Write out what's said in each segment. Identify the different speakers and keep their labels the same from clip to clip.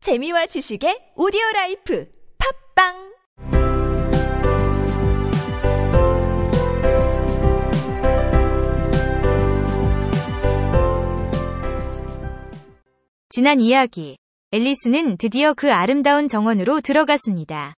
Speaker 1: 재미와 지식의 오디오 라이프 팝빵
Speaker 2: 지난 이야기. 앨리스는 드디어 그 아름다운 정원으로 들어갔습니다.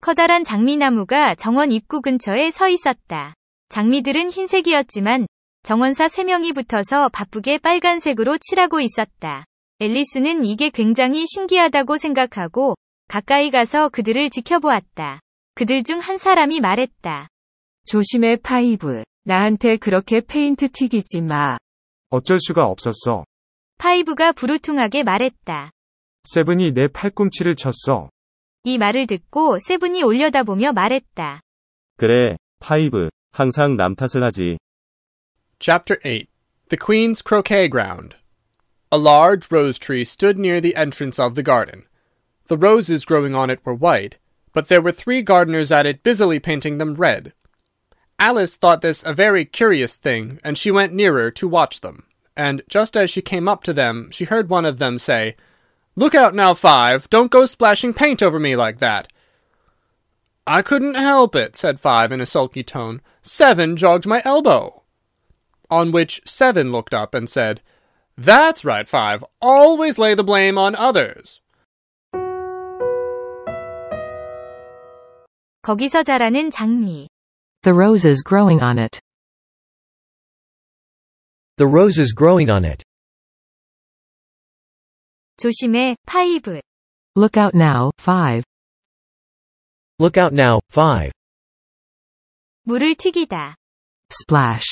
Speaker 2: 커다란 장미나무가 정원 입구 근처에 서 있었다. 장미들은 흰색이었지만 정원사 3명이 붙어서 바쁘게 빨간색으로 칠하고 있었다. 앨리스는 이게 굉장히 신기하다고 생각하고 가까이 가서 그들을 지켜보았다. 그들 중 한 사람이 말했다.
Speaker 3: 조심해 파이브. 나한테 그렇게 페인트 튀기지 마.
Speaker 4: 어쩔 수가 없었어.
Speaker 2: 파이브가 부르퉁하게 말했다.
Speaker 4: 세븐이 내 팔꿈치를 쳤어.
Speaker 2: 이 말을 듣고 세븐이 올려다보며 말했다.
Speaker 5: 그래, 파이브. 항상 남 탓을 하지.
Speaker 6: Chapter 8 The Queen's Croquet Ground. A large rose tree stood near the entrance of the garden. The roses growing on it were white, but there were three gardeners at it busily painting them red. Alice thought this a very curious thing, and she went nearer to watch them. And just as she came up to them, she heard one of them say, Look out now, Five! Don't go splashing paint over me like that! I couldn't help it, said Five in a sulky tone. Seven jogged my elbow on which Seven looked up and said, That's right, Five. Always lay the blame on others.
Speaker 2: 거기서 자라는 장미.
Speaker 7: The roses growing on it.
Speaker 8: The roses growing on it.
Speaker 2: 조심해, 파이브.
Speaker 7: Look out now, 5.
Speaker 8: Look out now, 5.
Speaker 2: 물을 튀기다.
Speaker 7: Splash.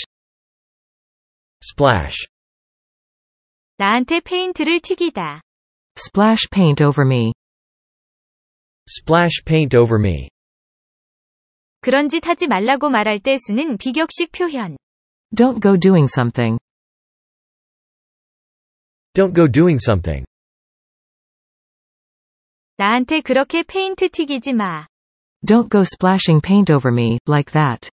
Speaker 8: Splash.
Speaker 2: 나한테 페인트를 튀기다.
Speaker 7: Splash paint over me.
Speaker 8: Splash paint over me.
Speaker 2: 그런 짓 하지 말라고 말할 때 쓰는 비격식 표현.
Speaker 7: Don't go doing something.
Speaker 8: Don't go doing something.
Speaker 2: 나한테 그렇게 페인트 튀기지 마.
Speaker 7: Don't go splashing paint over me, like that.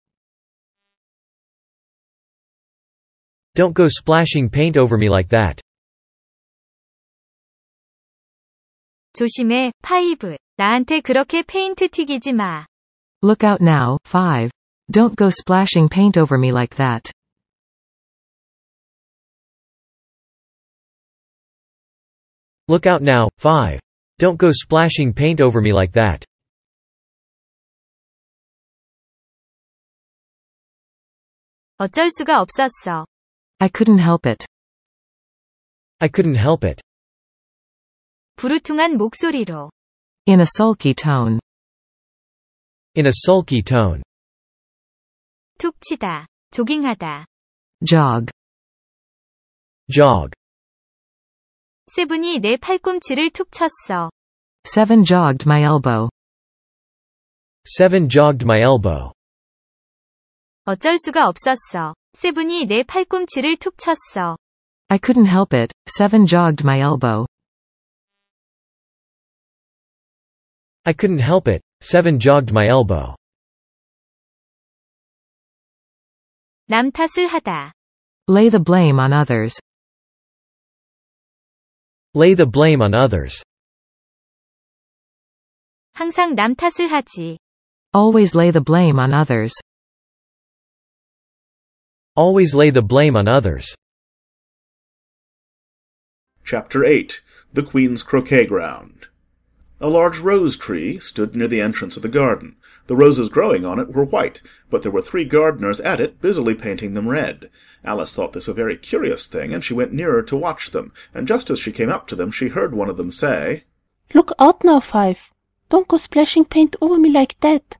Speaker 8: Don't go splashing paint over me like that.
Speaker 2: 조심해, 파이브. 나한테 그렇게 페인트 튀기지 마.
Speaker 7: Look out now, 5. Don't go splashing paint over me like that.
Speaker 8: Look out now, 5. Don't go splashing paint over me like that.
Speaker 2: 어쩔 수가 없었어.
Speaker 7: I couldn't help it.
Speaker 8: I couldn't help it.
Speaker 2: 부르퉁한 목소리로.
Speaker 7: In a sulky tone.
Speaker 8: In a sulky tone.
Speaker 2: 툭 치다. 조깅하다.
Speaker 7: Jog.
Speaker 8: Jog.
Speaker 2: 세븐이 내 팔꿈치를 툭 쳤어.
Speaker 7: 7 jogged my elbow.
Speaker 8: 7 jogged my elbow.
Speaker 2: 어쩔 수가 없었어. 세븐이 내 팔꿈치를 툭 쳤어.
Speaker 7: I couldn't help it. 7 jogged my elbow.
Speaker 8: I couldn't help it. 7 jogged my elbow.
Speaker 2: 남 탓을 하다.
Speaker 7: Lay the blame on others.
Speaker 8: Lay the blame on others.
Speaker 2: 항상 남 탓을 하지.
Speaker 7: Always lay the blame on others.
Speaker 8: Always lay the blame on others.
Speaker 9: Chapter 8 The Queen's Croquet Ground. A large rose tree stood near the entrance of the garden. The roses growing on it were white, but there were three gardeners at it busily painting them red. Alice thought this a very curious thing, and she went nearer to watch them, and just as she came up to them, she heard one of them say,
Speaker 10: Look out now, Five. Don't go splashing paint over me like that.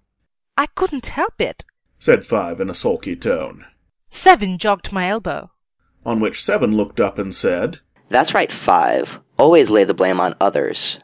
Speaker 11: I couldn't help it.
Speaker 9: said Five in a sulky tone.
Speaker 11: Seven jogged my elbow.
Speaker 9: On which Seven looked up and said,
Speaker 12: That's right, five. Always lay the blame on others.